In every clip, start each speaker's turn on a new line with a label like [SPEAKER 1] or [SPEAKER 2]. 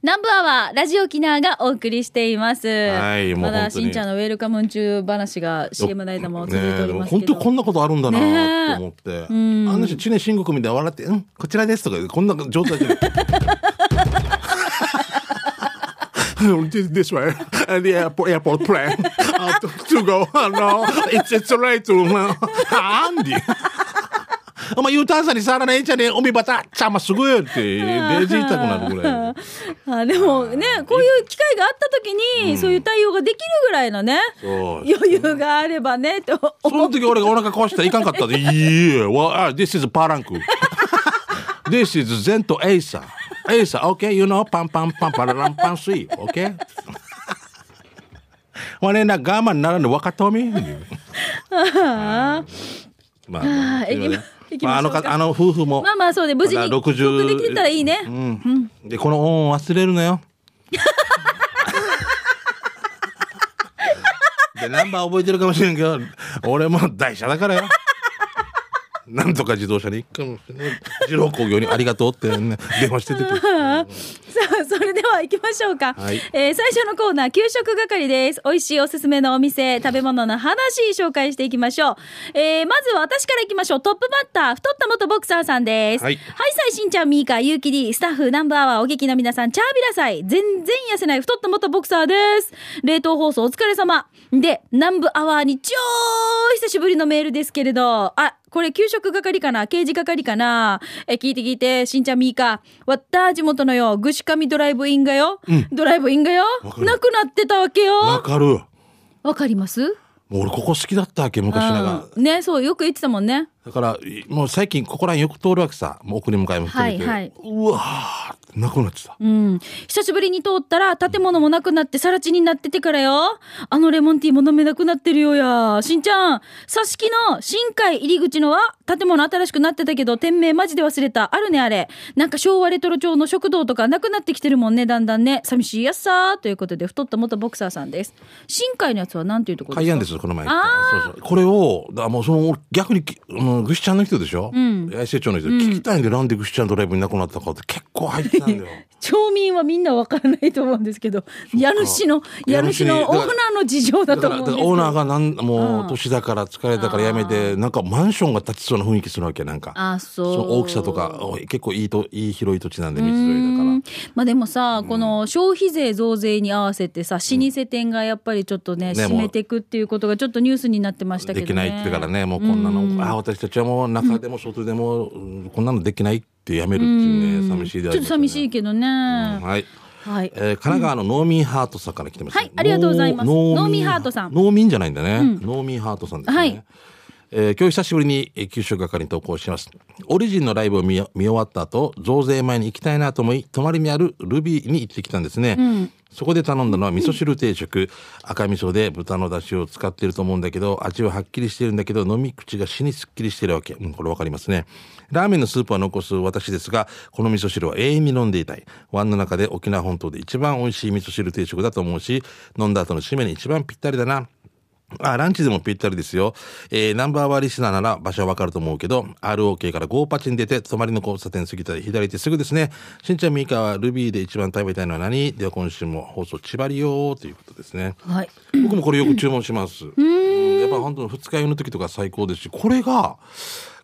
[SPEAKER 1] 南部アワー、ラジオキナーがお送りしています。
[SPEAKER 2] はいも
[SPEAKER 1] ま
[SPEAKER 2] う
[SPEAKER 1] だ、
[SPEAKER 2] 本当
[SPEAKER 1] し
[SPEAKER 2] に
[SPEAKER 1] んちゃんのウェルカム中話が CM の間も続いておりますけど。
[SPEAKER 2] ねえでも本当こんなことあるんだなと思って、あ
[SPEAKER 1] ん
[SPEAKER 2] んな人知念申告みたいに笑って「うんこちらです」とか言うこんな状態じ ゃない。This this way at the airport, airport plane uh, to, to go. Uh, no, it's it's right to uh, Andy. お前 U ターンさに触らないんじゃねえおみばたちゃますぐよってデジ痛くなるぐらい。
[SPEAKER 1] あでもね、こういう機会があった時に、そういう対応ができるぐらいのね、
[SPEAKER 2] そう
[SPEAKER 1] 余裕があればね、と
[SPEAKER 2] その時俺がお腹壊したらいかんかったで、いいえ、わ、あ、this is パーランク。this is ゼントエイサー。エイサー、OK, you know, パンパンパンパラランパンスイ、OK? まあね、な、我慢ならぬ若富。まあ、まあ、
[SPEAKER 1] はい 行きま行きま
[SPEAKER 2] ま
[SPEAKER 1] し
[SPEAKER 2] あ、あ
[SPEAKER 1] ょ
[SPEAKER 2] の
[SPEAKER 1] うか
[SPEAKER 2] か、あの夫婦も。
[SPEAKER 1] まあまあそうで、無事に
[SPEAKER 2] まだ
[SPEAKER 1] 帰
[SPEAKER 2] 60
[SPEAKER 1] 国できたらいいね。
[SPEAKER 2] うん。で、この恩を忘れるな よ。で、ナンバー覚えてるかもしれんけど、俺も台車だからよ。なんとか自動車に行くかもしれない。二郎工業にありがとうって、ね、電話してて。
[SPEAKER 1] さあ、それでは行きましょうか。
[SPEAKER 2] はい
[SPEAKER 1] えー最初のコーナー、給食係です。美味しいおすすめのお店、食べ物の話、紹介していきましょう。えーまずは私から行きましょう。トップバッター、太った元ボクサーさんです。
[SPEAKER 2] はい
[SPEAKER 1] 最新ちゃん、ミーカ、ゆうきり、スタッフ、ナンバーワー、お劇の皆さん、チャービラ祭、全然痩せない太った元ボクサーです。冷凍放送お疲れ様。で、南部アワーに超久しぶりのメールですけれど、あ、これ給食係かな刑事係かなえ、聞いて聞いて、しんちゃんみーか。わった地元のよ、ぐしかみドライブインがよ。ドライブインがよ。
[SPEAKER 2] わかる
[SPEAKER 1] なくなってたわけ
[SPEAKER 2] わ
[SPEAKER 1] よ。
[SPEAKER 2] かる。も
[SPEAKER 1] わかります
[SPEAKER 2] う俺ここ好きだったわけ、昔ながら
[SPEAKER 1] うん。ね、そう、よく言ってたもんね。
[SPEAKER 2] だから、いもう最近ここら辺よく通るわけさ。もう送り迎えも含めて。
[SPEAKER 1] はいはいう
[SPEAKER 2] わーってなくなってた。
[SPEAKER 1] うん。久しぶりに通ったら、建物もなくなって、さら地になっててからよ。あのレモンティーも飲めなくなってるよや。しんちゃん、挿し木の新海入り口のは、建物新しくなってたけど、店名マジで忘れた。あるね、あれ。なんか昭和レトロ町の食堂とかなくなってきてるもんね、だんだんね。寂しいやっさー。ということで、太った元ボクサーさんです。新海のやつはなんていうところ
[SPEAKER 2] 海
[SPEAKER 1] ですか
[SPEAKER 2] 岸ですよこの前行ったそうそうこれをだからもうその逆にきあのぐしちゃんの人でしょ、
[SPEAKER 1] ん
[SPEAKER 2] 八重瀬町の人、聞きたいんでなんでぐしちゃんドライブになくなったかって結構入ってたんだよ
[SPEAKER 1] 町民はみんなわからないと思うんですけど、家主の、家主
[SPEAKER 2] 家
[SPEAKER 1] の
[SPEAKER 2] 主
[SPEAKER 1] オ
[SPEAKER 2] に
[SPEAKER 1] ーナーの事情だ
[SPEAKER 2] だ
[SPEAKER 1] と
[SPEAKER 2] から
[SPEAKER 1] 思うん
[SPEAKER 2] だ
[SPEAKER 1] です
[SPEAKER 2] から
[SPEAKER 1] けど
[SPEAKER 2] オーナーがなん
[SPEAKER 1] う
[SPEAKER 2] も
[SPEAKER 1] ん
[SPEAKER 2] う年だから疲れたからやめてなんかマンションが建ちそうな雰囲気するわけなんか
[SPEAKER 1] あそう
[SPEAKER 2] その大きさとかおい結構いいといい広い土地なんで道沿いだか
[SPEAKER 1] う
[SPEAKER 2] ら
[SPEAKER 1] んまあでもさ、この消費税増税に合わせてさ老舗店がやっぱりちょっとね,、
[SPEAKER 2] ね
[SPEAKER 1] 閉めていくっていうことがちょっとニュースになってましたけど、ね、
[SPEAKER 2] できないって言ってからねもうこんなの、ああ私たちはもう中でも外でも、うんこんなのできないってやめるっていうね、寂しい
[SPEAKER 1] ち
[SPEAKER 2] で
[SPEAKER 1] ょ
[SPEAKER 2] あ
[SPEAKER 1] っ
[SPEAKER 2] り
[SPEAKER 1] と
[SPEAKER 2] ますよね
[SPEAKER 1] 寂しいけどね、
[SPEAKER 2] うんはい
[SPEAKER 1] はい、
[SPEAKER 2] えー、神奈川の農民ハートさんから来てます、
[SPEAKER 1] はいありがとうございます
[SPEAKER 2] 農
[SPEAKER 1] 農民ハートさん
[SPEAKER 2] 農民じゃないんだね。農民ハートさんですね。
[SPEAKER 1] はい
[SPEAKER 2] えー今日久しぶりにえー九州係に投稿します。オリジンのライブを見見終わった後、増税前に行きたいなと思い、泊まりにあるルビーに行ってきたんですね。そこで頼んだのは味噌汁定食、赤味噌で豚の出汁を使ってると思うんだけど、味ははっきりしてるんだけど、飲み口が死にすっきりしてるわけ。うん、これわかりますね。ラーメンのスープは残す私ですが、この味噌汁は永遠に飲んでいたい。湾の中で沖縄本島で一番美味しい味噌汁定食だと思うし、飲んだ後の締めに一番ぴったりだな。あ、ランチでもぴったりですよ。えーナンバーワンリスナーなら場所はわかると思うけど、ROK からゴーパチに出て、隣の交差点過ぎたり左手すぐですね。しんちゃん、みーかはルビーで一番食べたいのは何では今週も放送、ちばりよーということですね。
[SPEAKER 1] はい、
[SPEAKER 2] 僕もこれよく注文します。うんやっぱ本当に二日酔いの時とか最高ですし、これが、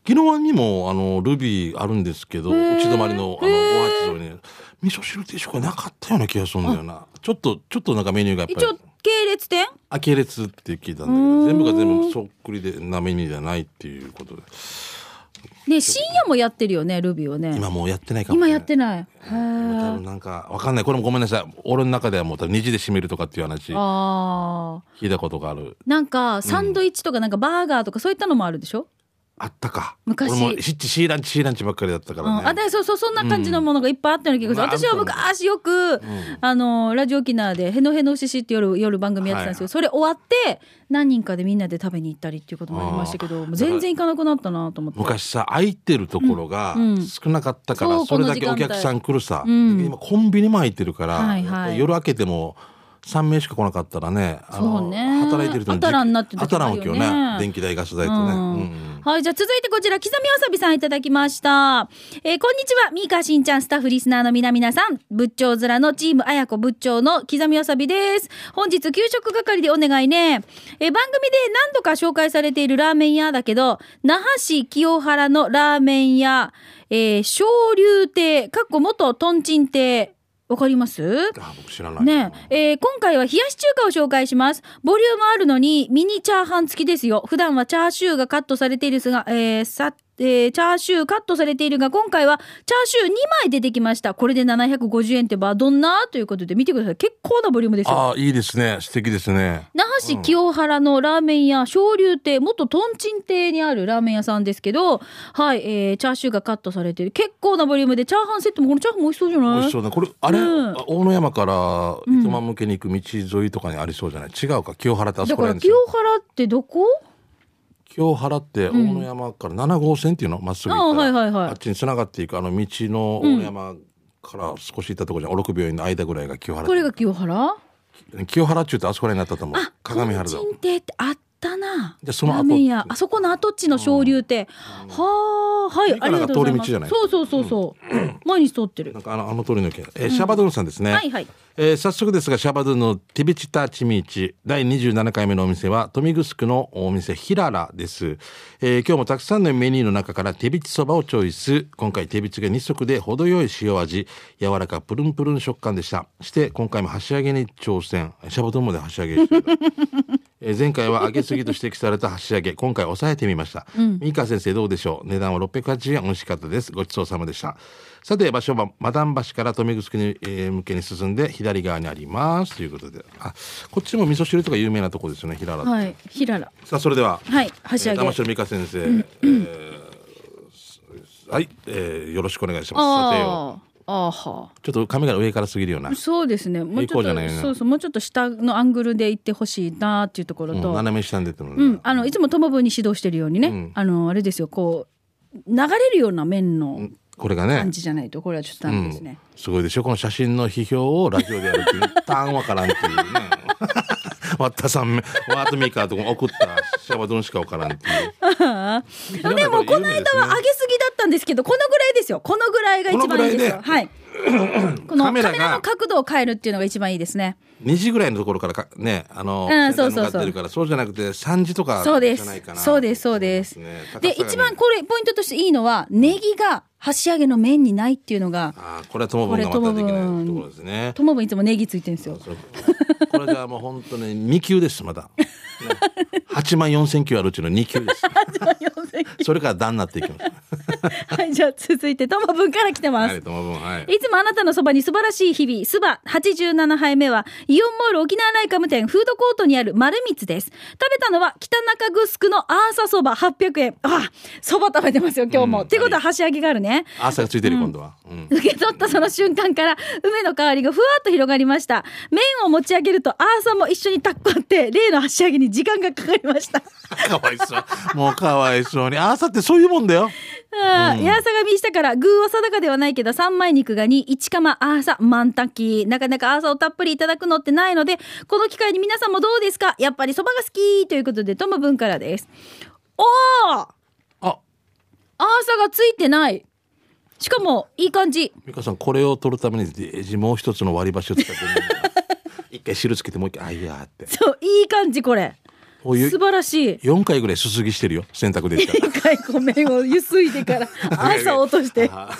[SPEAKER 2] 宜野湾にも、あの、ルビーあるんですけど、落ち止まりの、あの、ご飯沿いに、味噌汁定食はなかったような気がするんだよな。ちょっと、ちょっとなんかメニューがやっぱり。
[SPEAKER 1] 一応系列店
[SPEAKER 2] アキレツって聞いたんだけど全部が全部そっくりでなめにじゃないっていうことで
[SPEAKER 1] ね深夜もやってるよねルビーはね
[SPEAKER 2] 今もうやってないかもし
[SPEAKER 1] 今
[SPEAKER 2] れない
[SPEAKER 1] やってないへ
[SPEAKER 2] 多
[SPEAKER 1] ー
[SPEAKER 2] 分なんかわかんないこれもごめんなさい俺の中ではもう多分2時で閉めるとかっていう話聞
[SPEAKER 1] あー
[SPEAKER 2] いたことがある
[SPEAKER 1] なんかサンドイッチとかなんかバーガーとかそういったのもあるでしょ、
[SPEAKER 2] あったか
[SPEAKER 1] 昔
[SPEAKER 2] 俺もシッチシーランチシーランチばっかりだったか
[SPEAKER 1] う
[SPEAKER 2] ら
[SPEAKER 1] ん、
[SPEAKER 2] ね
[SPEAKER 1] あでそうそうそんな感じのものがいっぱいあったような気がする、
[SPEAKER 2] うんまあ
[SPEAKER 1] 私は
[SPEAKER 2] あると思う
[SPEAKER 1] 昔よく、あのラジオ沖縄で「へのへのしし」って夜夜番組やってたんですけど、それ終わって何人かでみんなで食べに行ったりっていうこともありましたけどもう全然行かなくなったなと思って
[SPEAKER 2] 昔さ空いてるところが
[SPEAKER 1] うんうん
[SPEAKER 2] 少なかったか
[SPEAKER 1] そ
[SPEAKER 2] ら
[SPEAKER 1] う
[SPEAKER 2] それだけ
[SPEAKER 1] この
[SPEAKER 2] お
[SPEAKER 1] 時間帯
[SPEAKER 2] 客さん来るさ、
[SPEAKER 1] うん
[SPEAKER 2] 今コンビニも空いてるから、
[SPEAKER 1] はいはい
[SPEAKER 2] 夜明けても3名しか来なかったらねあの
[SPEAKER 1] そうね
[SPEAKER 2] 働いてると
[SPEAKER 1] あたらになってる
[SPEAKER 2] あ
[SPEAKER 1] 時
[SPEAKER 2] た
[SPEAKER 1] も
[SPEAKER 2] ら
[SPEAKER 1] あ
[SPEAKER 2] ん
[SPEAKER 1] る
[SPEAKER 2] わ
[SPEAKER 1] よ
[SPEAKER 2] け
[SPEAKER 1] ね
[SPEAKER 2] よね電気代ガス代とね、
[SPEAKER 1] うん
[SPEAKER 2] うんうん
[SPEAKER 1] はい、じゃあ続いてこちら、刻みわさびさんいただきました。えーこんにちは、ミーカーしんちゃん、スタッフリスナーの皆々さん、仏頂面のチームあやこ仏頂の刻みわさびです。本日、給食係でお願いね。えー番組で何度か紹介されているラーメン屋だけど、那覇市清原のラーメン屋、えー、昇竜亭、かっこ元トンチン亭、わかります
[SPEAKER 2] あ僕知らない
[SPEAKER 1] ねえ、えー今回は冷やし中華を紹介します。ボリュームあるのにミニチャーハン付きですよ。普段はチャーシューがカットされているすが、えーさえーチャーシューカットされているが、今回はチャーシュー2枚出てきました。これで750円ってバどんなということで見てください。結構なボリュームですよ。
[SPEAKER 2] ああいいですね素敵ですね
[SPEAKER 1] 那覇市清原のラーメン屋昇龍亭元とんちん亭にあるラーメン屋さんですけどはい、えーチャーシューがカットされてる結構なボリュームでチャーハンセットもこのチャーハンも美味しそうじゃ
[SPEAKER 2] 美
[SPEAKER 1] ない
[SPEAKER 2] 味しそうだこれあれ、
[SPEAKER 1] うん
[SPEAKER 2] 大野山から糸満向けに行く道沿いとかにありそうじゃない違うか清原ってあそ
[SPEAKER 1] だ
[SPEAKER 2] こ
[SPEAKER 1] から
[SPEAKER 2] へ
[SPEAKER 1] ら
[SPEAKER 2] んです
[SPEAKER 1] 清
[SPEAKER 2] よ
[SPEAKER 1] 原ってどこ
[SPEAKER 2] 清原って大野山から7号線っていうのまっすぐ行ったら
[SPEAKER 1] あーはいはいはい
[SPEAKER 2] あっちに繋がっていくあの道の大野山から少し行ったところじゃん、お六病院の間ぐらいが清原
[SPEAKER 1] これが清原
[SPEAKER 2] 清原っちゅうとあそこらへんになったと思う
[SPEAKER 1] あ、
[SPEAKER 2] 鏡原だ
[SPEAKER 1] トンチン亭ってあったな。
[SPEAKER 2] じゃあその後
[SPEAKER 1] ラーメン屋、あそこの跡地の昇竜亭。はあ、はい
[SPEAKER 2] い、
[SPEAKER 1] あ
[SPEAKER 2] か
[SPEAKER 1] り
[SPEAKER 2] ら
[SPEAKER 1] がと
[SPEAKER 2] が
[SPEAKER 1] うございます。
[SPEAKER 2] 通り道じゃな
[SPEAKER 1] そう
[SPEAKER 2] い
[SPEAKER 1] そうそうそう。毎日通ってる
[SPEAKER 2] な。んかあのあの通りの件、えーシャバドゥンさんですね、
[SPEAKER 1] はいはい。
[SPEAKER 2] えー早速ですがシャバドゥンのティビチタチミーチ第27回目のお店は豊見城区のお店ヒララです、えー今日もたくさんのメニューの中から手びちそばをチョイス今回手びちが2足で程よい塩味柔らかプルンプルン食感でしたして今回も箸上げに挑戦シャバドゥンまで箸上げしてるえー前回は上げすぎと指摘された箸上げ今回抑えてみました、三川先生どうでしょう値段は680円美味しかったですごちそうさまでしたさて場所はマダン橋から富城に、えー向けに進んで左側にありますということであこっちも味噌汁とか有名なとこですよね平原、
[SPEAKER 1] はい、ひらら。
[SPEAKER 2] さあそれでは
[SPEAKER 1] はい、箸上
[SPEAKER 2] えー
[SPEAKER 1] げ。
[SPEAKER 2] 玉城美香先生、えーはい、えーよろしくお願いしますさてよ
[SPEAKER 1] ああ、ああは
[SPEAKER 2] ちょっと髪が上から過ぎるような、
[SPEAKER 1] あ。そうですね。もうちょ
[SPEAKER 2] 平行
[SPEAKER 1] っ
[SPEAKER 2] じゃない
[SPEAKER 1] と、
[SPEAKER 2] な
[SPEAKER 1] そうそう、もうちょっと下のアングルで行ってほしいなっていうところ
[SPEAKER 2] うん
[SPEAKER 1] と。
[SPEAKER 2] 斜め下に出てるのね
[SPEAKER 1] うん、あのいつもトモブに指導してるようにね、
[SPEAKER 2] ん
[SPEAKER 1] あのあれですよ、こう流れるような面の
[SPEAKER 2] これがね
[SPEAKER 1] 感じじゃないと、これはちょっとダメですね。
[SPEAKER 2] うん、すごいでしょこの写真の批評をラジオでやるっていう一旦わからんっていうね ワッタさんワートミーカーとか送ったシャバドゥンしかわからんってい う
[SPEAKER 1] でもこの間は上
[SPEAKER 2] あ
[SPEAKER 1] げすぎだったんですけど、このぐらいですよ。このぐらいが一番いいですよ。
[SPEAKER 2] このぐ
[SPEAKER 1] はい。このカ
[SPEAKER 2] カ
[SPEAKER 1] メ
[SPEAKER 2] メラが
[SPEAKER 1] ラの角度を変えるっていうのが一番いいですね。
[SPEAKER 2] 2時ぐらいのところからかねあの、
[SPEAKER 1] うんそうそうそう
[SPEAKER 2] 値段が出るからそうじゃなくて3時とか
[SPEAKER 1] そうで
[SPEAKER 2] じゃないかな
[SPEAKER 1] す。そうです、そうです。
[SPEAKER 2] ね高さが
[SPEAKER 1] で、
[SPEAKER 2] ね
[SPEAKER 1] 一番これ、ポイントとしていいのは、ネギが箸上げの面にないっていうのが、
[SPEAKER 2] あーこれはともぶんがまたできないところですね
[SPEAKER 1] ともぶんいつもネギついてるんです よ。
[SPEAKER 2] そうこれじゃあもう本当に2級ですまだ、ね、8万4千級あるうちの2級です それから段になっていきます
[SPEAKER 1] はい、じゃあ続いて、ともぶんから来てま
[SPEAKER 2] は
[SPEAKER 1] す
[SPEAKER 2] い。ともぶんはい
[SPEAKER 1] いつもあなたのそばに素晴らしい日々、スバ87杯目は、イオンモール沖縄ライカム店フードコートにある丸光です。食べたのは北中城のアーサそば800円。あ、そば食べてますよ、今日も。
[SPEAKER 2] うん
[SPEAKER 1] ってことは箸上げがあるね。
[SPEAKER 2] 朝がついてる今度は、うん
[SPEAKER 1] 受け取ったその瞬間から梅の香りがふわっと広がりました麺を持ち上げるとアーサも一緒にタッコって例の箸上げに時間がか かりました
[SPEAKER 2] かわいそう。もうかわいそうに。朝ってそういうもんだよ。
[SPEAKER 1] ああ、やさがみしたから、具は定かではないけど、三枚肉が2、一釜、あーさ、満タンキー。なかなかあーさをたっぷりいただくのってないので、この機会に皆さんもどうですかやっぱりそばが好きということで、ともぶんからです。おーあ
[SPEAKER 2] あ、
[SPEAKER 1] ーさがついてない。しかも、いい感じ。
[SPEAKER 2] 美香さん、これを取るために、デージもう一つの割り箸を使っ てるんだ。一回汁つけて、もう一回、あいやーって。
[SPEAKER 1] そう、いい感じ、これ。
[SPEAKER 2] こうい
[SPEAKER 1] 素
[SPEAKER 2] う、
[SPEAKER 1] 晴らしい。
[SPEAKER 2] 4回ぐらいすすぎしてるよ。洗 濯でしたら。
[SPEAKER 1] 一回ご麺をゆすいで から、あーさを落として。
[SPEAKER 2] あー。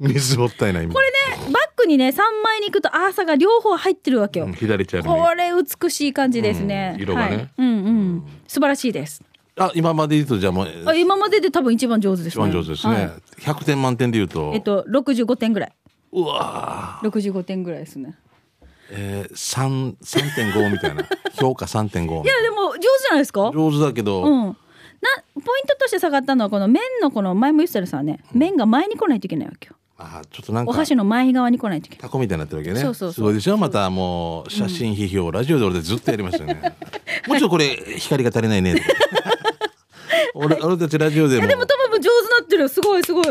[SPEAKER 2] 水もったいない。これ
[SPEAKER 1] ねバッグにね、三枚肉とアーサが両方入ってるわけよ。
[SPEAKER 2] 左ちゃんに。
[SPEAKER 1] これ美しい感じですね。
[SPEAKER 2] うん色がね
[SPEAKER 1] はいうんうん。素晴らしいです。
[SPEAKER 2] あ、今まで言うと、じゃあもう、えー
[SPEAKER 1] あ今までで多分一番上手です
[SPEAKER 2] 一
[SPEAKER 1] ね。
[SPEAKER 2] 番上手です
[SPEAKER 1] は
[SPEAKER 2] ね
[SPEAKER 1] い。
[SPEAKER 2] 100点満点で言う
[SPEAKER 1] えっ
[SPEAKER 2] と、
[SPEAKER 1] と65点ぐらい。
[SPEAKER 2] うわ
[SPEAKER 1] 65点ぐらいですね。
[SPEAKER 2] ーえー、3、3.5みた いな。評価3.5
[SPEAKER 1] い。やでも上手じゃないですか。うん。な
[SPEAKER 2] 上手だけど、
[SPEAKER 1] ポイントとして下がったのはこの麺のこの前も言ってたさんね、麺が前に来ないといけないわけよ。
[SPEAKER 2] あーちょっとなん
[SPEAKER 1] お
[SPEAKER 2] か、
[SPEAKER 1] 箸の前側に来ないといけない。
[SPEAKER 2] タコみたいになってるわけね。
[SPEAKER 1] そうそうそう
[SPEAKER 2] すごいでしょまたもう、写真批評、ラジオで俺ずっとやりましたよ ね。もうちょっとこれ、光が足りないね。とか俺、俺たちラジオ
[SPEAKER 1] い
[SPEAKER 2] でも
[SPEAKER 1] やで。もトムも上手になってるよ。すごいすごい。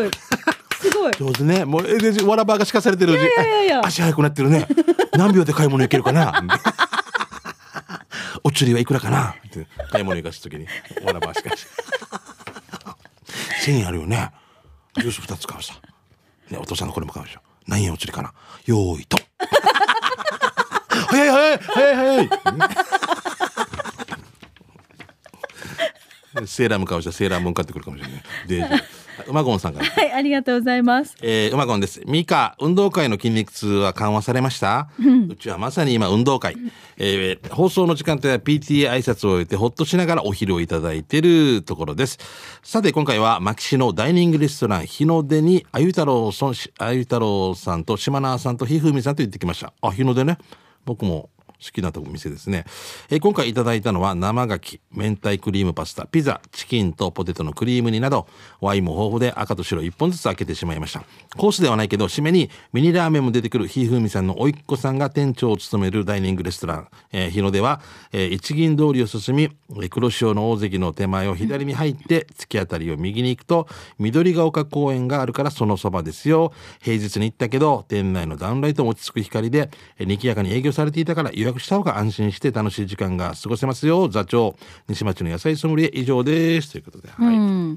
[SPEAKER 1] すごい。
[SPEAKER 2] 上手ね。もう、え、で、わらばが敷かされてるうち。
[SPEAKER 1] やいやいや
[SPEAKER 2] え足速くなって るね。何秒で買い物行けるかな。 お釣りはいくらかな。って買い物行かすときに、わらば敷かし。千円あるよね。ジュース二つ買うさ。ね、お父さんのこれも買うでしょ。何円お釣りかな。よーいと。 早い早い早い早い。セーラーム買うしセーラームーン買ってくるかもしれない。で、馬ゴンさんから。
[SPEAKER 1] はい、ありがとうございます。
[SPEAKER 2] えー、うまこんです。ミカ、運動会の筋肉痛は緩和されました、うちはまさに今運動会。えー放送の時間帯は PTA 挨拶を終えてほっとしながらお昼をいただいているところです。さて今回は牧師のダイニングレストラン日の出にあゆ太郎さん、あゆ太郎さんと島縄さんとひふみさんと行ってきました。あ、日の出ね。僕も好きなとこ店ですね、えー今回いただいたのは生牡蠣明太クリームパスタピザチキンとポテトのクリーム煮などワインも豊富で赤と白1本ずつ開けてしまいましたコースではないけど締めにミニラーメンも出てくるひふみさんの甥いっ子さんが店長を務めるダイニングレストラン、えー日の出は、えー一銀通りを進みえー黒潮の大関の手前を左に入って突き当たりを右に行くと緑が丘公園があるからそのそばですよ平日に行ったけど店内のダウンライトも落ち着く光でえー賑やかに営業されていたから予約した方が安心して楽しい時間が過ごせますよ座長西町の野菜ソムリエ以上ですということで、はい
[SPEAKER 1] うん。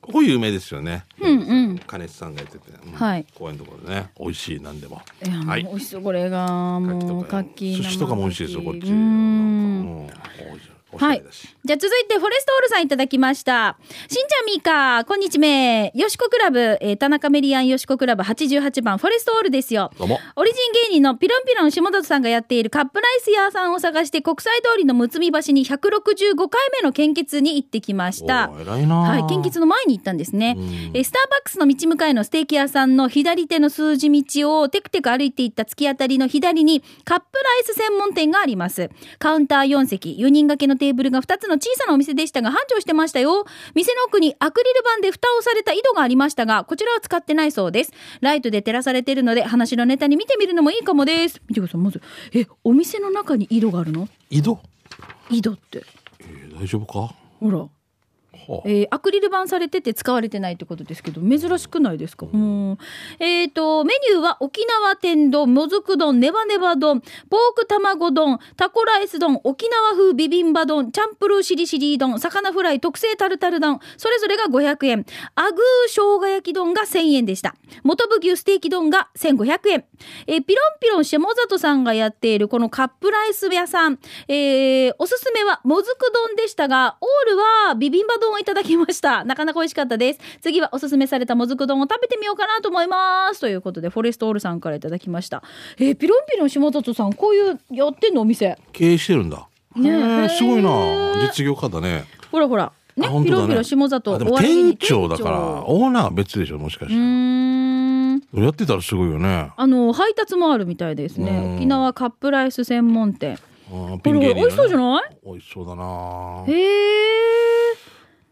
[SPEAKER 2] ここ有名ですよねうんうん金津さんがやってて、うん
[SPEAKER 1] はい
[SPEAKER 2] 公園のところでね美味しい何でも
[SPEAKER 1] いや、もう
[SPEAKER 2] はい
[SPEAKER 1] 美味しそう、これが、もう、かき。
[SPEAKER 2] 寿司とかも美味しいですよこっち
[SPEAKER 1] う
[SPEAKER 2] なん
[SPEAKER 1] ん
[SPEAKER 2] かもうおしゃ
[SPEAKER 1] は
[SPEAKER 2] れ
[SPEAKER 1] い
[SPEAKER 2] だし。
[SPEAKER 1] じゃあ続いて、フォレストオールさんいただきました。しんちゃんみーか、こんにちめ。よしこクラブ、えー田中メリアンよしこクラブ88番、フォレストオールですよ。
[SPEAKER 2] どうも
[SPEAKER 1] オリジン芸人のピロンピロン下里さんがやっているカップライス屋さんを探して、国際通りのむつみ橋に165回目の献血に行ってきました
[SPEAKER 2] お。ー偉いな
[SPEAKER 1] はい、献血の前に行ったんですね、えースターバックスの道向かいのステーキ屋さんの左手の数字道をテクテク歩いていった突き当たりの左にカップライス専門店がありますカウンター4席4人掛けのテーブルが2つの小さなお店でしたが繁盛してましたよ店の奥にアクリル板で蓋をされた井戸がありましたがこちらは使ってないそうですライトで照らされているので話のネタに見てみるのもいいかもです見てくださいまずえお店の中に井戸があるの
[SPEAKER 2] 井戸、
[SPEAKER 1] 井戸って
[SPEAKER 2] えー大丈夫か
[SPEAKER 1] ほら
[SPEAKER 2] はあ
[SPEAKER 1] えーアクリル板されてて使われてないってことですけど珍しくないですか、うんえー、とメニューは沖縄天丼もずく丼ネバネバ丼ポーク卵丼タコライス丼沖縄風ビビンバ丼チャンプルーしりしり丼魚フライ特製タルタル丼それぞれが500円アグー生姜焼き丼が1000円でした元部牛ステーキ丼が1500円、えーピロンピロン下里さんがやっているこのカップライス屋さん、えーおすすめはもずく丼でしたがオールはビビンバ丼をいただきましたなかなか美味しかったです次はおすすめされたもずく丼を食べてみようかなと思いますということでフォレストオールさんからいただきました、えーピロンピロン下里さんこういうやってんのお店
[SPEAKER 2] 経営してるんだ。
[SPEAKER 1] ねえ
[SPEAKER 2] へえすごいな
[SPEAKER 1] へえ
[SPEAKER 2] 実業家だね。
[SPEAKER 1] ほらほらね
[SPEAKER 2] あ本
[SPEAKER 1] ピ
[SPEAKER 2] 当だ
[SPEAKER 1] ロンピロン下里
[SPEAKER 2] あで
[SPEAKER 1] お
[SPEAKER 2] も
[SPEAKER 1] 笑い
[SPEAKER 2] 店
[SPEAKER 1] 芸人
[SPEAKER 2] 長だから
[SPEAKER 1] 店
[SPEAKER 2] オーナーは別でしょもしかし
[SPEAKER 1] 長う
[SPEAKER 2] て、
[SPEAKER 1] ーん
[SPEAKER 2] やってたらすごいよね。
[SPEAKER 1] あの配達もあるみたいです
[SPEAKER 2] うん
[SPEAKER 1] ね沖縄カップライス専門店
[SPEAKER 2] う
[SPEAKER 1] こ
[SPEAKER 2] んピ
[SPEAKER 1] れ
[SPEAKER 2] ン芸人。
[SPEAKER 1] 美味しそうじゃない
[SPEAKER 2] 美味しそうだな。
[SPEAKER 1] いへえ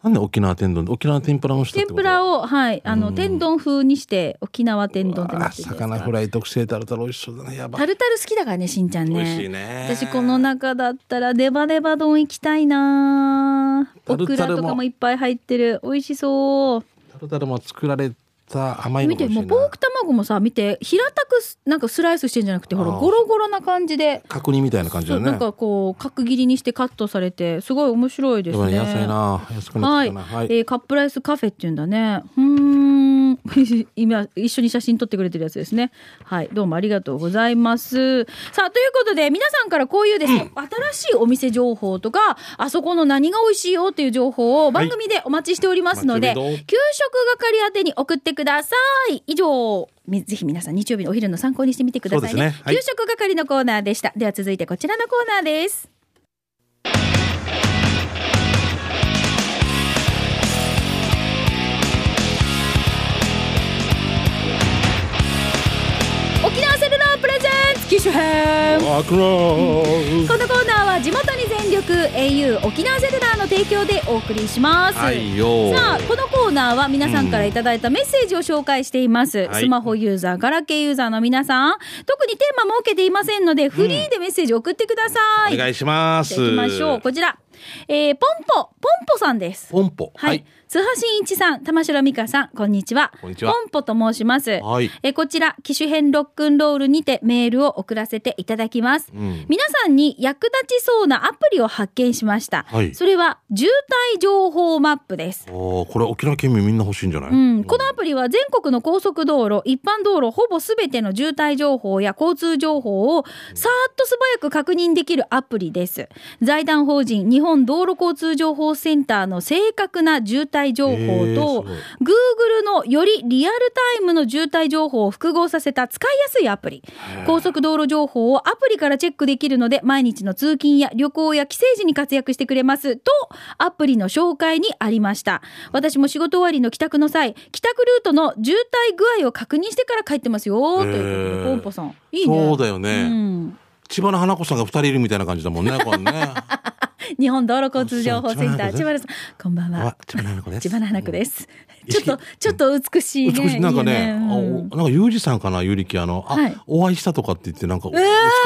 [SPEAKER 2] なんで沖縄天丼沖縄天ぷらもしたっ
[SPEAKER 1] 天
[SPEAKER 2] てこと。
[SPEAKER 1] ぷらをはいあの天丼風にして沖縄天丼ってな
[SPEAKER 2] あ
[SPEAKER 1] ってるじゃないですか
[SPEAKER 2] 魚フライ特製タルタル美味しそうだねやば
[SPEAKER 1] タ。ルタル好きだからねしんちゃんね
[SPEAKER 2] 美味しいね
[SPEAKER 1] 私この中だったらネバネバ丼行きたいな
[SPEAKER 2] タルタルも
[SPEAKER 1] オクラとかもいっぱい入ってる美味しそう
[SPEAKER 2] タルタルも作られた甘いの
[SPEAKER 1] 見て
[SPEAKER 2] かもし
[SPEAKER 1] も
[SPEAKER 2] れ
[SPEAKER 1] うポー
[SPEAKER 2] ない
[SPEAKER 1] ク。卵もさ見て平たくすなんかスライスしてんじゃなくてほら
[SPEAKER 2] あー
[SPEAKER 1] ゴロゴロな感じで
[SPEAKER 2] 角煮みたいな感じ
[SPEAKER 1] そう
[SPEAKER 2] だ
[SPEAKER 1] な
[SPEAKER 2] ね
[SPEAKER 1] ん。かこう角切りにしてカットされてすごい面白いで
[SPEAKER 2] ですも
[SPEAKER 1] ね
[SPEAKER 2] 野菜な安くな
[SPEAKER 1] は
[SPEAKER 2] って
[SPEAKER 1] い、
[SPEAKER 2] きたな。はい。
[SPEAKER 1] えーカップライスカフェっていうんだね。うーん、 今一緒に写真撮ってくれてるやつですね。はい、どうもありがとうございます。さあということで皆さんからこういうですね、新しいお店情報とかあそこの何が美味しいよっていう情報を番組でお待ちしておりますので、
[SPEAKER 2] お待ちしてるぞ
[SPEAKER 1] 給食係宛てに送ってください。以上、みぜひ皆さん日曜日のお昼の参考にしてみてください
[SPEAKER 2] そうで
[SPEAKER 1] ね。
[SPEAKER 2] すねはい
[SPEAKER 1] 給食係のコーナーでした。では続いてこちらのコーナーです。沖縄セルラープレゼンツ機種編
[SPEAKER 2] あくらー
[SPEAKER 1] このコーナーは地元に全力 au 沖縄セルラーの提供でお送りします、
[SPEAKER 2] はいよ。
[SPEAKER 1] さあこのコーナーは皆さんからいただいたメッセージを紹介しています、
[SPEAKER 2] はい
[SPEAKER 1] スマホユーザーガラケーユーザーの皆さん特にテーマ設けていませんのでフリーでメッセージ送ってください、
[SPEAKER 2] お願いしま
[SPEAKER 1] じ
[SPEAKER 2] す。
[SPEAKER 1] ゃあ行きましょうこちら、えー、ポンポポンポさんです
[SPEAKER 2] ポンポ。
[SPEAKER 1] はい、津波真一さん、玉城美香さん、こんにちは。
[SPEAKER 2] こんにちは
[SPEAKER 1] ポンポと申します。
[SPEAKER 2] はい。
[SPEAKER 1] えーこちら、機種編ロックンロールにてメールを送らせていただきます。
[SPEAKER 2] うん。
[SPEAKER 1] 皆さんに役立ちそうなアプリを発見しました。
[SPEAKER 2] はい
[SPEAKER 1] それは、渋滞情報マップです。
[SPEAKER 2] おこれ沖縄県民みんな欲しいんじゃない、
[SPEAKER 1] うん、このアプリは全国の高速道路、一般道路、ほぼすべての渋滞情報や交通情報をさーっと素早く確認できるアプリです。財団法人日本道路交通情報センターの正確な渋滞情報
[SPEAKER 2] へー
[SPEAKER 1] と、
[SPEAKER 2] す
[SPEAKER 1] Google のよりリアルタイムの渋滞情報を複合させた使いやすいアプリ。高速道路情報をアプリからチェックできるので、毎日の通勤や旅行や帰省時に活躍してくれます。と、アプリの紹介にありました。私も仕事終わりの帰宅の際、帰宅ルートの渋滞具合を確認してから帰ってますよ。ということで、
[SPEAKER 2] へー
[SPEAKER 1] ポンポさん。いいね。
[SPEAKER 2] そうだよね、
[SPEAKER 1] うん
[SPEAKER 2] 千葉の花子さんが二人いるみたいな感じだもんね、こ れね。
[SPEAKER 1] 日本道路交通情報センター、
[SPEAKER 2] あ
[SPEAKER 1] 千
[SPEAKER 2] そう千葉
[SPEAKER 1] 葉さん。こんばんは
[SPEAKER 2] あ。千葉の花子です。
[SPEAKER 1] 千葉の花子です。
[SPEAKER 2] うん
[SPEAKER 1] ちょっと、ちょっと美しいね。
[SPEAKER 2] 美しいなんかね
[SPEAKER 1] いいよ
[SPEAKER 2] あお
[SPEAKER 1] うん
[SPEAKER 2] なんかユージさんかなユーリキあのあ、
[SPEAKER 1] はい
[SPEAKER 2] お会いしたとかって言ってなんか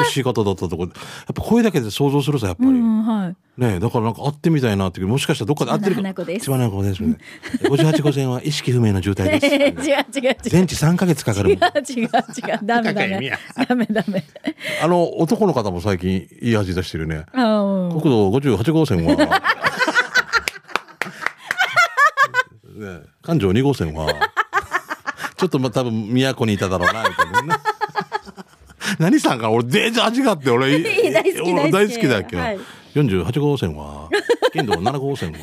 [SPEAKER 2] 美しい方だったとか、やっぱ声だけで想像するさやっぱり、
[SPEAKER 1] うん、はい。
[SPEAKER 2] ねだからなんか会ってみたいなっていうもしかしたらどっかで会ってる
[SPEAKER 1] 千葉の花
[SPEAKER 2] か
[SPEAKER 1] 子です
[SPEAKER 2] 千葉の花子ですみたいな58号線は意識不明の渋滞
[SPEAKER 1] 違う
[SPEAKER 2] で す
[SPEAKER 1] 違う違う。
[SPEAKER 2] 全治3ヶ月かか
[SPEAKER 1] 違う違
[SPEAKER 2] る
[SPEAKER 1] う違う。ダメダメ。ダメダメ。
[SPEAKER 2] あの男の方も最近いい味出してるね
[SPEAKER 1] あうん
[SPEAKER 2] 国道58号 線はね環状2号線はちょっとまあ多分都にいただろうなみたい なね何さんから俺デージ味があって俺
[SPEAKER 1] いい 大好き
[SPEAKER 2] 俺
[SPEAKER 1] 大
[SPEAKER 2] 大
[SPEAKER 1] 好
[SPEAKER 2] 好
[SPEAKER 1] き
[SPEAKER 2] きだっけ、
[SPEAKER 1] はい
[SPEAKER 2] 48号線は県道7号線は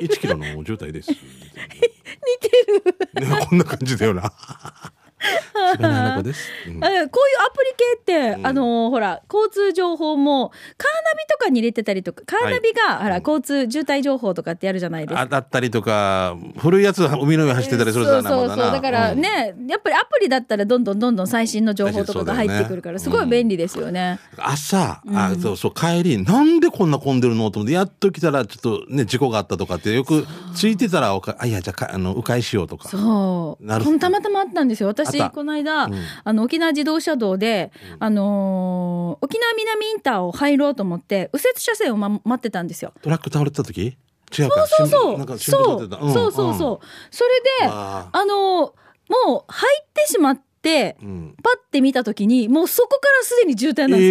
[SPEAKER 2] 1キロの渋 滞です似て る、ね、こんな感じだよ な知らない中です、うん
[SPEAKER 1] えーこういうアプリ系って、あのーほら交通情報もカーナビとかに入れてたりとかカーナビが、ほら交通渋滞情報とかってやるじゃないです
[SPEAKER 2] あ
[SPEAKER 1] か。
[SPEAKER 2] だったりとか古いやつは海の上走ってたりするじ
[SPEAKER 1] そ
[SPEAKER 2] ゃ
[SPEAKER 1] う
[SPEAKER 2] ない
[SPEAKER 1] そうそうだから、ね、やっぱりアプリだったらどんどんどんどん最新の情報とかが入ってくるからす
[SPEAKER 2] 最
[SPEAKER 1] ご
[SPEAKER 2] 新そうだよね
[SPEAKER 1] い便利ですよね。
[SPEAKER 2] 朝あそうそう帰りなんでこんな混んでるのと思ってやっと来たらちょっとね事故があったとかってよくついてたらおかあいやじゃあかあの迂回しようとか
[SPEAKER 1] そう
[SPEAKER 2] なる
[SPEAKER 1] このたまたまあったんですよ私
[SPEAKER 2] あった
[SPEAKER 1] この間、
[SPEAKER 2] うん
[SPEAKER 1] あの沖縄自動車道で、あのー沖縄南インターを入ろうと思って右折車線を、ま、待ってたんですよ。
[SPEAKER 2] トラック倒れてた時違うか
[SPEAKER 1] そうそ
[SPEAKER 2] 新聞なん
[SPEAKER 1] う
[SPEAKER 2] か新
[SPEAKER 1] そ
[SPEAKER 2] 聞
[SPEAKER 1] う
[SPEAKER 2] 立てた
[SPEAKER 1] そうそうそう、それで
[SPEAKER 2] あ
[SPEAKER 1] あのーもう入ってしまって
[SPEAKER 2] うん
[SPEAKER 1] パッて見た時にもうそこからすでに渋滞
[SPEAKER 2] え
[SPEAKER 1] なんですよ。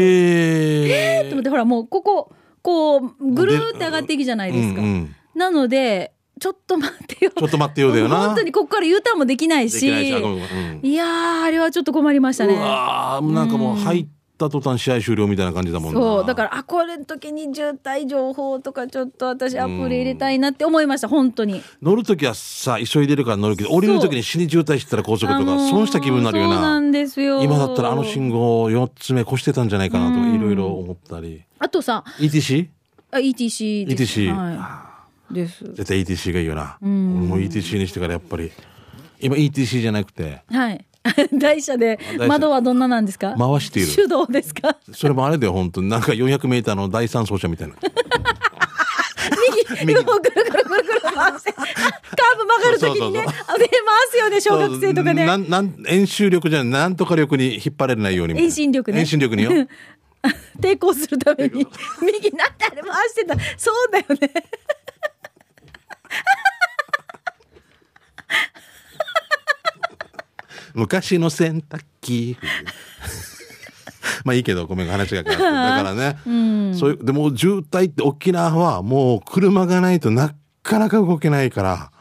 [SPEAKER 2] え
[SPEAKER 1] と思ってほらもうこここうぐるーって上がっていくじゃないですか。
[SPEAKER 2] うんうん
[SPEAKER 1] なのでちょっと待ってよ。
[SPEAKER 2] ちょっと待ってようだよな
[SPEAKER 1] 本当にここから U ターンもできない
[SPEAKER 2] で
[SPEAKER 1] し。
[SPEAKER 2] きないしあごめんごめんうん
[SPEAKER 1] いやーあれはちょっと困りましたね
[SPEAKER 2] う。わーなんかもう入った途端試合終了みたいな感じだもんな
[SPEAKER 1] そうだからあこれの時に渋滞情報とかちょっと私アプリ入れたいなって思いました本当に。
[SPEAKER 2] 乗るときはさ急いでるから乗るけど降りるときに死に渋滞してたら高速
[SPEAKER 1] あ
[SPEAKER 2] と
[SPEAKER 1] の
[SPEAKER 2] か
[SPEAKER 1] ー
[SPEAKER 2] 損した気分になるよ
[SPEAKER 1] そうな
[SPEAKER 2] な。
[SPEAKER 1] んですよ。
[SPEAKER 2] 今だったらあの信号4つ目越してたんじゃないかなと
[SPEAKER 1] う
[SPEAKER 2] か
[SPEAKER 1] ん
[SPEAKER 2] いろいろ思ったり。
[SPEAKER 1] あとさ
[SPEAKER 2] ETC?
[SPEAKER 1] あ ETC です
[SPEAKER 2] ETC
[SPEAKER 1] はい、です。
[SPEAKER 2] 絶対 ETC がいいよな。俺
[SPEAKER 1] ん
[SPEAKER 2] も ETC にしてからやっぱり。今 ETC じゃなくて、
[SPEAKER 1] はい。 台車で
[SPEAKER 2] 台車
[SPEAKER 1] 窓はどんななんですか？
[SPEAKER 2] 回している
[SPEAKER 1] 手動ですか？
[SPEAKER 2] それもあれだよ、本当になんか400メーターの第三走者みたいな。
[SPEAKER 1] 右ぐるぐるぐるぐる回してあカーブ曲がるときにね
[SPEAKER 2] そうそう
[SPEAKER 1] あで回すよね小学生とかね。
[SPEAKER 2] なん、なん、遠心力じゃない、なんとか力に引っ張られないようにみたいな。
[SPEAKER 1] 遠心力ね
[SPEAKER 2] 遠心力によ。
[SPEAKER 1] 抵抗するために右なんてあれ回してたそうだよね
[SPEAKER 2] 昔の洗濯機 まあいいけどごめん話が変わってだからね、そういうでも渋滞って沖縄はもう車がないとなかなか動けないから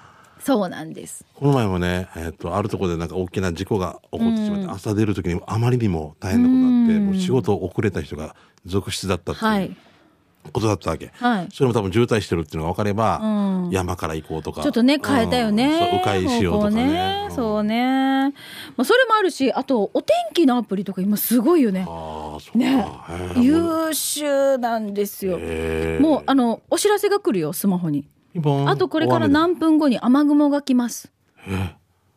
[SPEAKER 1] そうなんです
[SPEAKER 2] この前もね、えっとあるところでなんか大きな事故が起こってしまって、朝出る時にあまりにも大変なことになって、もう仕事遅れた人が続出だったって
[SPEAKER 1] はいいう
[SPEAKER 2] ことだったわけ、
[SPEAKER 1] はい
[SPEAKER 2] それも多分渋滞してるっていうのが分かれば、
[SPEAKER 1] うん
[SPEAKER 2] 山から行こうとか
[SPEAKER 1] ちょっとね変えたよね、
[SPEAKER 2] うんそう迂回しようとかね
[SPEAKER 1] 方向ね
[SPEAKER 2] うん
[SPEAKER 1] そうね、まあ、それもあるしあとお天気のアプリとか今すごいよね
[SPEAKER 2] ああそうか、
[SPEAKER 1] ね
[SPEAKER 2] へえ
[SPEAKER 1] 優秀なんですよ
[SPEAKER 2] へえ
[SPEAKER 1] もうあのお知らせが来るよスマホに
[SPEAKER 2] ピンポン
[SPEAKER 1] あとこれから何分後に雨雲が来ます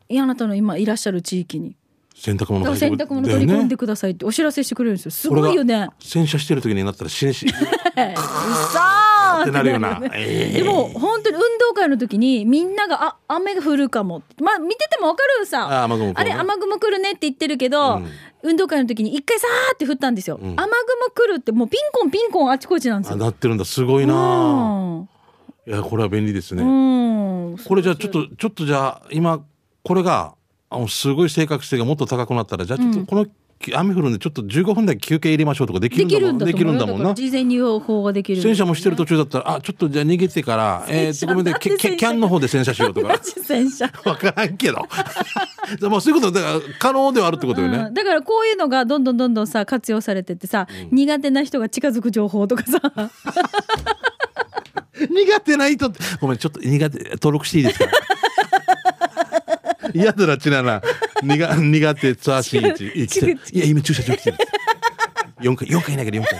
[SPEAKER 1] いやあなたの今いらっしゃる地域に
[SPEAKER 2] 洗
[SPEAKER 1] だ
[SPEAKER 2] 濯物
[SPEAKER 1] から洗濯物取り込んでくださいってお知らせしてくれるんですよす
[SPEAKER 2] す
[SPEAKER 1] ごいよね
[SPEAKER 2] 洗車してる時になったら 死ねしっ
[SPEAKER 1] うっさー
[SPEAKER 2] てなるよなええ
[SPEAKER 1] でも本当に運動会の時にみんなが「あ雨が降るかも」まあ見てても分かるさ
[SPEAKER 2] あ雨雲来るね
[SPEAKER 1] あれ雨雲来るねって言ってるけど、
[SPEAKER 2] うん
[SPEAKER 1] 運動会の時に一回さーって降ったんですよ、雨雲来るってもうピンコンピンコンあちこちなんです
[SPEAKER 2] あ
[SPEAKER 1] よ。
[SPEAKER 2] なってるんだすごいな
[SPEAKER 1] うん
[SPEAKER 2] いやこれは便利ですね、
[SPEAKER 1] うん
[SPEAKER 2] これじゃあちょっとちょっとじゃあ今これがあのすごい正確性がもっと高くなったらじゃあちょっとこの、雨降るんでちょっと15分だけ休憩入れましょうとかでき
[SPEAKER 1] で
[SPEAKER 2] るん
[SPEAKER 1] きるん
[SPEAKER 2] だもん
[SPEAKER 1] だと思うよ
[SPEAKER 2] もん
[SPEAKER 1] だから
[SPEAKER 2] な
[SPEAKER 1] 事前に予報ができる
[SPEAKER 2] 洗車もしてる途中だったらあちょっとじゃあ逃げてから、えーっとごめんね
[SPEAKER 1] なんで
[SPEAKER 2] キャキャキャンの方で洗車しよう とか
[SPEAKER 1] 戦車
[SPEAKER 2] わからんけど まあそういうことだから可能ではあるってことよね、
[SPEAKER 1] うん、だからこういうのがどんどんどんどんさ活用されてってさ、苦手な人が近づく情報とかさ
[SPEAKER 2] 苦手な人ってごめんちょっと苦手登録していいですか 嫌だなちなな苦苦手ツアーシーチ生きてるいや今駐車場来てる4回4回いないから4回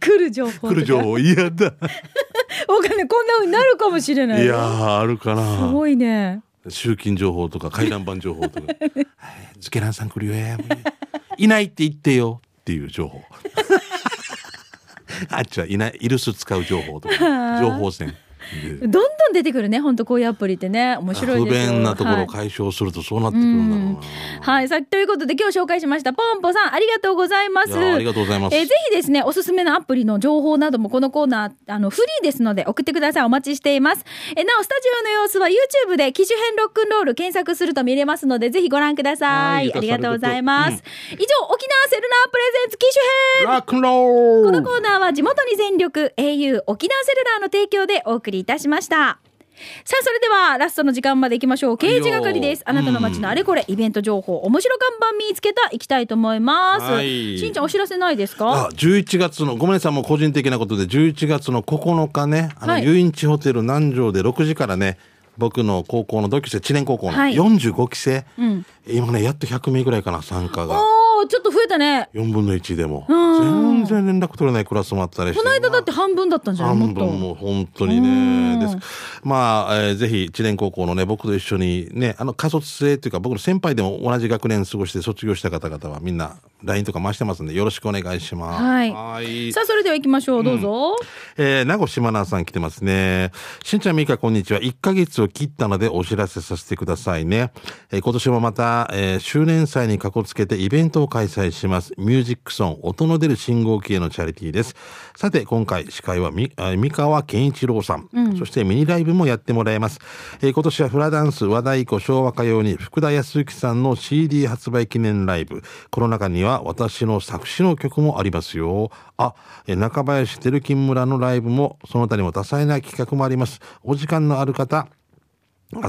[SPEAKER 1] 来る情報とか
[SPEAKER 2] 来る情報嫌だ
[SPEAKER 1] わかんないこんな風になるかもしれない
[SPEAKER 2] い
[SPEAKER 1] よ
[SPEAKER 2] やーあるか
[SPEAKER 1] す
[SPEAKER 2] な
[SPEAKER 1] ごいね
[SPEAKER 2] 集金情報とか回覧板情報とか 「はいズケランさん来るよやもういないって言ってよ」っていう情報あっちはいないイルス使う情報とか情報戦で
[SPEAKER 1] どんどん出てくるね本当こういうアプリってね面白い
[SPEAKER 2] 不
[SPEAKER 1] ですよ
[SPEAKER 2] 便なとこ
[SPEAKER 1] は
[SPEAKER 2] ろを
[SPEAKER 1] い
[SPEAKER 2] 解消するとそうなってくるんだろうな、
[SPEAKER 1] はい、さということで今日紹介しましたポンポさんありがとうございます。
[SPEAKER 2] いやあありがとうございます
[SPEAKER 1] えーぜひですねおすすめのアプリの情報などもこのコーナーあのフリーですので送ってくださいお待ちしています。えーなおスタジオの様子は YouTube で機種編ロックンロール検索すると見れますのでぜひご覧ください。
[SPEAKER 2] はい
[SPEAKER 1] ありがとうございます。
[SPEAKER 2] う
[SPEAKER 1] 以
[SPEAKER 2] ん
[SPEAKER 1] 上沖縄セルラープレゼンツ機種編
[SPEAKER 2] ラックンロ
[SPEAKER 1] こ
[SPEAKER 2] ー
[SPEAKER 1] の
[SPEAKER 2] ル
[SPEAKER 1] コーナーは地元に全力 au 沖縄セルラーの提供でお送りいたしました。さあ、それではラストの時間まで行きましょう。刑事係です。あ
[SPEAKER 2] いいよ
[SPEAKER 1] なたの街のあれこれ、イベント情報、面白看板見つけた、行きたいと思います。
[SPEAKER 2] はい
[SPEAKER 1] しんちゃん、お知らせないですか
[SPEAKER 2] あ11月のごめんなさいもう個人的なことで11月の9日ねあの、
[SPEAKER 1] はい
[SPEAKER 2] 遊園地ホテル南城で6時からね僕の高校の同級生知念高校の
[SPEAKER 1] はい
[SPEAKER 2] 45期生、
[SPEAKER 1] ん
[SPEAKER 2] 今ねやっと100名ぐらいかな参加が
[SPEAKER 1] おー、ちょっと増えたね。
[SPEAKER 2] 4分の1でも
[SPEAKER 1] うん
[SPEAKER 2] 全然連絡取れないクラスもあったりして
[SPEAKER 1] この間だって半分だったんじゃないも
[SPEAKER 2] 半
[SPEAKER 1] っ
[SPEAKER 2] 分
[SPEAKER 1] と。
[SPEAKER 2] も本当に
[SPEAKER 1] うん
[SPEAKER 2] ね。です。まあ、えーぜひ、知念高校のね、僕と一緒にね、あの、過卒生というか、僕の先輩でも同じ学年過ごして卒業した方々はみんな、LINE とか回してますんで、よろしくお願いします。
[SPEAKER 1] はい
[SPEAKER 2] い
[SPEAKER 1] さあ、それでは行きましょう。どうぞ。
[SPEAKER 2] えー名護島奈さん来てますね。しんちゃんみーかこんにちは。1ヶ月を切ったのでお知らせさせてくださいね。えー今年もまた、えー周年祭にかこつけてイベントを開催します。ミュージックソン音の出る信号機へのチャリティーです。さて、今回司会はみ、あ三河健一郎さん、そしてミニライブもやってもらいます。えー今年はフラダンス、和太鼓、昭和歌謡に福田康之さんの CD 発売記念ライブ。この中には私の作詞の曲もありますよ。あ、えー中林照金村のライブも、その他にも多彩な企画もあります。お時間のある方、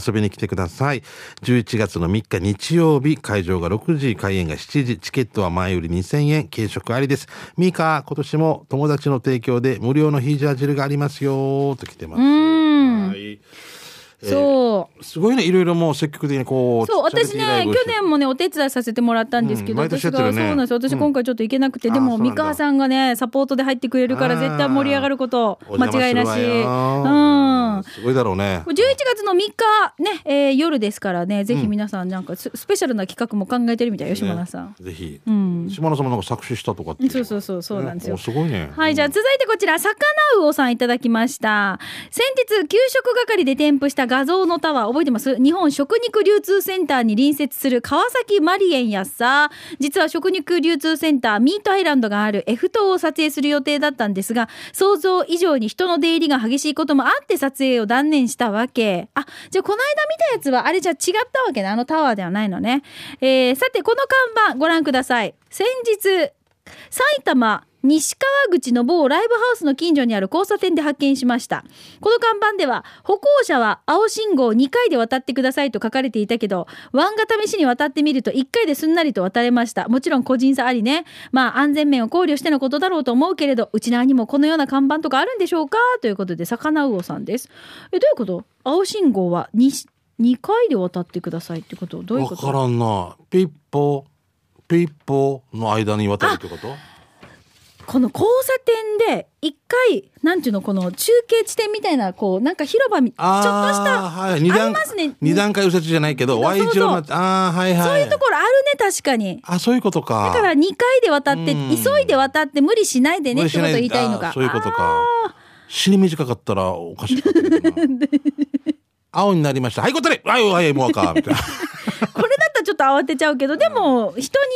[SPEAKER 2] 遊びに来てください。11月の3日日曜日、会場が6時、開演が7時、チケットは前売り2000円、軽食ありです。ミカ、今年も友達の提供で無料のヒージャー汁がありますよ、と来てます。はい
[SPEAKER 1] そう。
[SPEAKER 2] すごいね、いろいろもう積極的にこう。
[SPEAKER 1] そう
[SPEAKER 2] チャリ
[SPEAKER 1] 私
[SPEAKER 2] ティーラ
[SPEAKER 1] ね
[SPEAKER 2] イブ
[SPEAKER 1] 去
[SPEAKER 2] をして
[SPEAKER 1] 年もねお手伝いさせてもらったんですけど、
[SPEAKER 2] うん毎年
[SPEAKER 1] 私
[SPEAKER 2] やって
[SPEAKER 1] が
[SPEAKER 2] る
[SPEAKER 1] そ
[SPEAKER 2] よ
[SPEAKER 1] う
[SPEAKER 2] ね
[SPEAKER 1] なんです私
[SPEAKER 2] うん
[SPEAKER 1] 今回ちょっと行けなくて、
[SPEAKER 2] あー
[SPEAKER 1] でも
[SPEAKER 2] そうなんだ
[SPEAKER 1] 三河さんがねサポートで入ってくれるから
[SPEAKER 2] あー
[SPEAKER 1] 絶対盛り上がること
[SPEAKER 2] お
[SPEAKER 1] 間
[SPEAKER 2] 邪魔
[SPEAKER 1] 違いなし。
[SPEAKER 2] す
[SPEAKER 1] う
[SPEAKER 2] るわよ
[SPEAKER 1] ん
[SPEAKER 2] すごいだろうね。
[SPEAKER 1] 11月の3日ね、えー夜ですからねぜひ皆さんなんかス,、ペシャルな企画も考えてるみたい吉村さん、
[SPEAKER 2] ねぜひ。
[SPEAKER 1] うん
[SPEAKER 2] 島野さんもなんか作詞したとかってい
[SPEAKER 1] そうそうそうそうなんですよ
[SPEAKER 2] おすごいね。
[SPEAKER 1] はい、じゃあ続いてこちら、魚魚さんいただきました。先日、給食係で添付した画像のタワー、覚えてます日本食肉流通センターに隣接する川崎マリエンやさ、実は食肉流通センターミートアイランドがある F 島を撮影する予定だったんですが、想像以上に人の出入りが激しいこともあって撮影を断念したわけ。あ、じゃあこの間見たやつは、あれじゃあ違ったわけね。あのタワーではないのね。えー、さて、この看板ご覧ください。先日、埼玉西川口の某ライブハウスの近所にある交差点で発見しましたこの看板では歩行者は青信号2回で渡ってくださいと書かれていたけどワンが試しに渡ってみると1回ですんなりと渡れましたもちろん個人差ありねまあ安全面を考慮してのことだろうと思うけれどうちなにもこのような看板とかあるんでしょうかということで魚魚さんですえどういうこと青信号は 2, 2回で渡ってくださいってことどういう
[SPEAKER 2] わ
[SPEAKER 1] こと
[SPEAKER 2] からんな。ピッポ、ピッポの間に渡るってこと
[SPEAKER 1] この交差点で一回なんていうのこの中継地点みたいなこうなんか広場みちょっとした
[SPEAKER 2] あーはい、二
[SPEAKER 1] あり
[SPEAKER 2] 段
[SPEAKER 1] ますね
[SPEAKER 2] 二段階右折じゃないけど、
[SPEAKER 1] そう
[SPEAKER 2] Y
[SPEAKER 1] そう
[SPEAKER 2] 字路になって、ああ、はいはい。
[SPEAKER 1] そういうところあるね確かに
[SPEAKER 2] あ、そういうことか。
[SPEAKER 1] だから2回で渡って
[SPEAKER 2] うん
[SPEAKER 1] 急いで渡って無理しないでね
[SPEAKER 2] 無
[SPEAKER 1] っ
[SPEAKER 2] 理
[SPEAKER 1] てこ
[SPEAKER 2] しな
[SPEAKER 1] とを言いたいの
[SPEAKER 2] あ
[SPEAKER 1] か
[SPEAKER 2] ーそういうことか。死に短かったらおかしかったけ どな青になりました。はい、答えはい、はい、もう赤。 みたいな。
[SPEAKER 1] これだったらちょっと慌てちゃうけどでも人に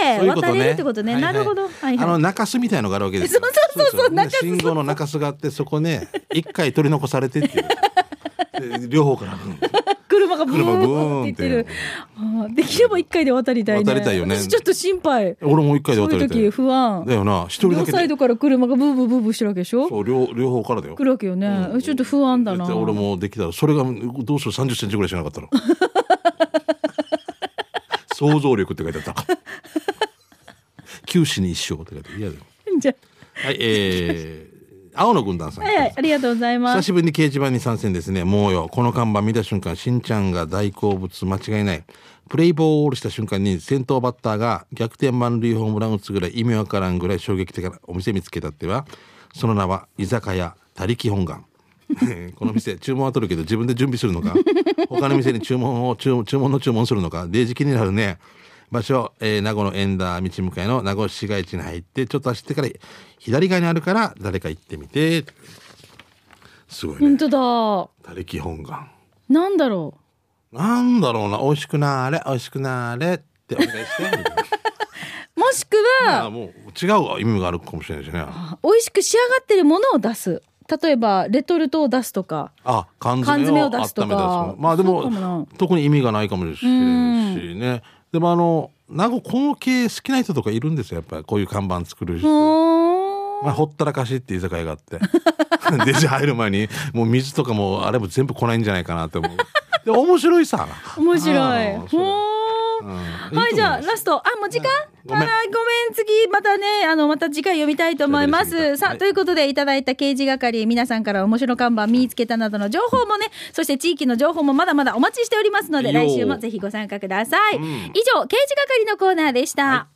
[SPEAKER 2] そういう
[SPEAKER 1] よっ
[SPEAKER 2] こ
[SPEAKER 1] て
[SPEAKER 2] と
[SPEAKER 1] 渡
[SPEAKER 2] ね。
[SPEAKER 1] れるってことね
[SPEAKER 2] はいは
[SPEAKER 1] ないるほどはい
[SPEAKER 2] あの
[SPEAKER 1] はい
[SPEAKER 2] 中州みたいのがあるわけですよ。
[SPEAKER 1] そうそうそうそう中州
[SPEAKER 2] 信号の中州があってそこね一回取り残されてって いう。で両方から。うん
[SPEAKER 1] 車がブ
[SPEAKER 2] 車ブー
[SPEAKER 1] ー
[SPEAKER 2] ン
[SPEAKER 1] ン
[SPEAKER 2] っ
[SPEAKER 1] ってて言ってる。あーできれば一回で渡りたいね。
[SPEAKER 2] 渡りたいよね
[SPEAKER 1] 私ちょっと心配。
[SPEAKER 2] 俺も一回で
[SPEAKER 1] そう
[SPEAKER 2] 渡
[SPEAKER 1] い
[SPEAKER 2] れ
[SPEAKER 1] う時
[SPEAKER 2] て。
[SPEAKER 1] 不安
[SPEAKER 2] だ。よな、一人だ
[SPEAKER 1] 両
[SPEAKER 2] け
[SPEAKER 1] サイ
[SPEAKER 2] で。
[SPEAKER 1] ドから車がブーブーブーブーしてるわけでしょ
[SPEAKER 2] そう、両、両方からだよ
[SPEAKER 1] 来。るわけよね、ちょっと不安だな
[SPEAKER 2] 絶対俺もできたら、それがどうしよう30センチぐらいしかなかったの。 想像力って書いてあった。 九死に一生って書いてある。嫌だよ。
[SPEAKER 1] じゃ
[SPEAKER 2] はい、えー、青の軍団さん。
[SPEAKER 1] あはいはいありがとうございま
[SPEAKER 2] 久
[SPEAKER 1] す
[SPEAKER 2] しぶりに掲示板に参戦ですね。もうよ、この看板見た瞬間、しんちゃんが大好物間違いない。プレイボールした瞬間に先頭バッターが逆転満塁ホームラン打つぐらい意味わからんぐらい衝撃的なお店見つけたっては、その名は居酒屋他力本願。 えーこの店注文は取るけど自分で準備す るのか他の店に注文を注文注文の注文するのかデージ気になるね場所、えー名護のエンダー道向かいの名護市街地に入ってちょっと走ってから左側にあるから誰か行ってみてすごいね
[SPEAKER 1] 本当
[SPEAKER 2] 他力本願
[SPEAKER 1] だなんだろ
[SPEAKER 2] なんだろうな美味しくなーれ美味しくなーれ ってお願いしてみたいな
[SPEAKER 1] うもしく
[SPEAKER 2] あ
[SPEAKER 1] は
[SPEAKER 2] もう違う意味があるかもしれないですね
[SPEAKER 1] 美味しく仕上がってるものを出す例えばレトルトを出すとか
[SPEAKER 2] あ缶
[SPEAKER 1] 缶
[SPEAKER 2] 詰
[SPEAKER 1] 詰
[SPEAKER 2] を
[SPEAKER 1] を出すとか
[SPEAKER 2] 温めたやつもまあで
[SPEAKER 1] そうかも
[SPEAKER 2] も
[SPEAKER 1] な
[SPEAKER 2] 特に意味がないかもしれないしねでもあのなんかこの系好きな人とかいるんですよやっぱりこういう看板作る
[SPEAKER 1] う
[SPEAKER 2] 人
[SPEAKER 1] ーん
[SPEAKER 2] まあ、ほったらかしって居酒屋があって デジ入る前にもう水とかもあれも全部来ないんじゃないかなって思うで面白いさ
[SPEAKER 1] 面白い
[SPEAKER 2] あー
[SPEAKER 1] ほ
[SPEAKER 2] そう
[SPEAKER 1] ー
[SPEAKER 2] うんいいと思います
[SPEAKER 1] はいじゃあラストあもう時間ご
[SPEAKER 2] ごめ
[SPEAKER 1] め
[SPEAKER 2] ん
[SPEAKER 1] んごめん次またねあのまた次回読みたいと思いま
[SPEAKER 2] 喋りすぎ
[SPEAKER 1] す
[SPEAKER 2] た
[SPEAKER 1] さ
[SPEAKER 2] は
[SPEAKER 1] あ
[SPEAKER 2] い
[SPEAKER 1] ということでいただいた掲示係皆さんから面白看板見つけたなどの情報もねそして地域の情報もまだまだお待ちしておりますので
[SPEAKER 2] いいよ
[SPEAKER 1] 来週もぜひご参加ください以
[SPEAKER 2] うん
[SPEAKER 1] 上掲示係のコーナーでした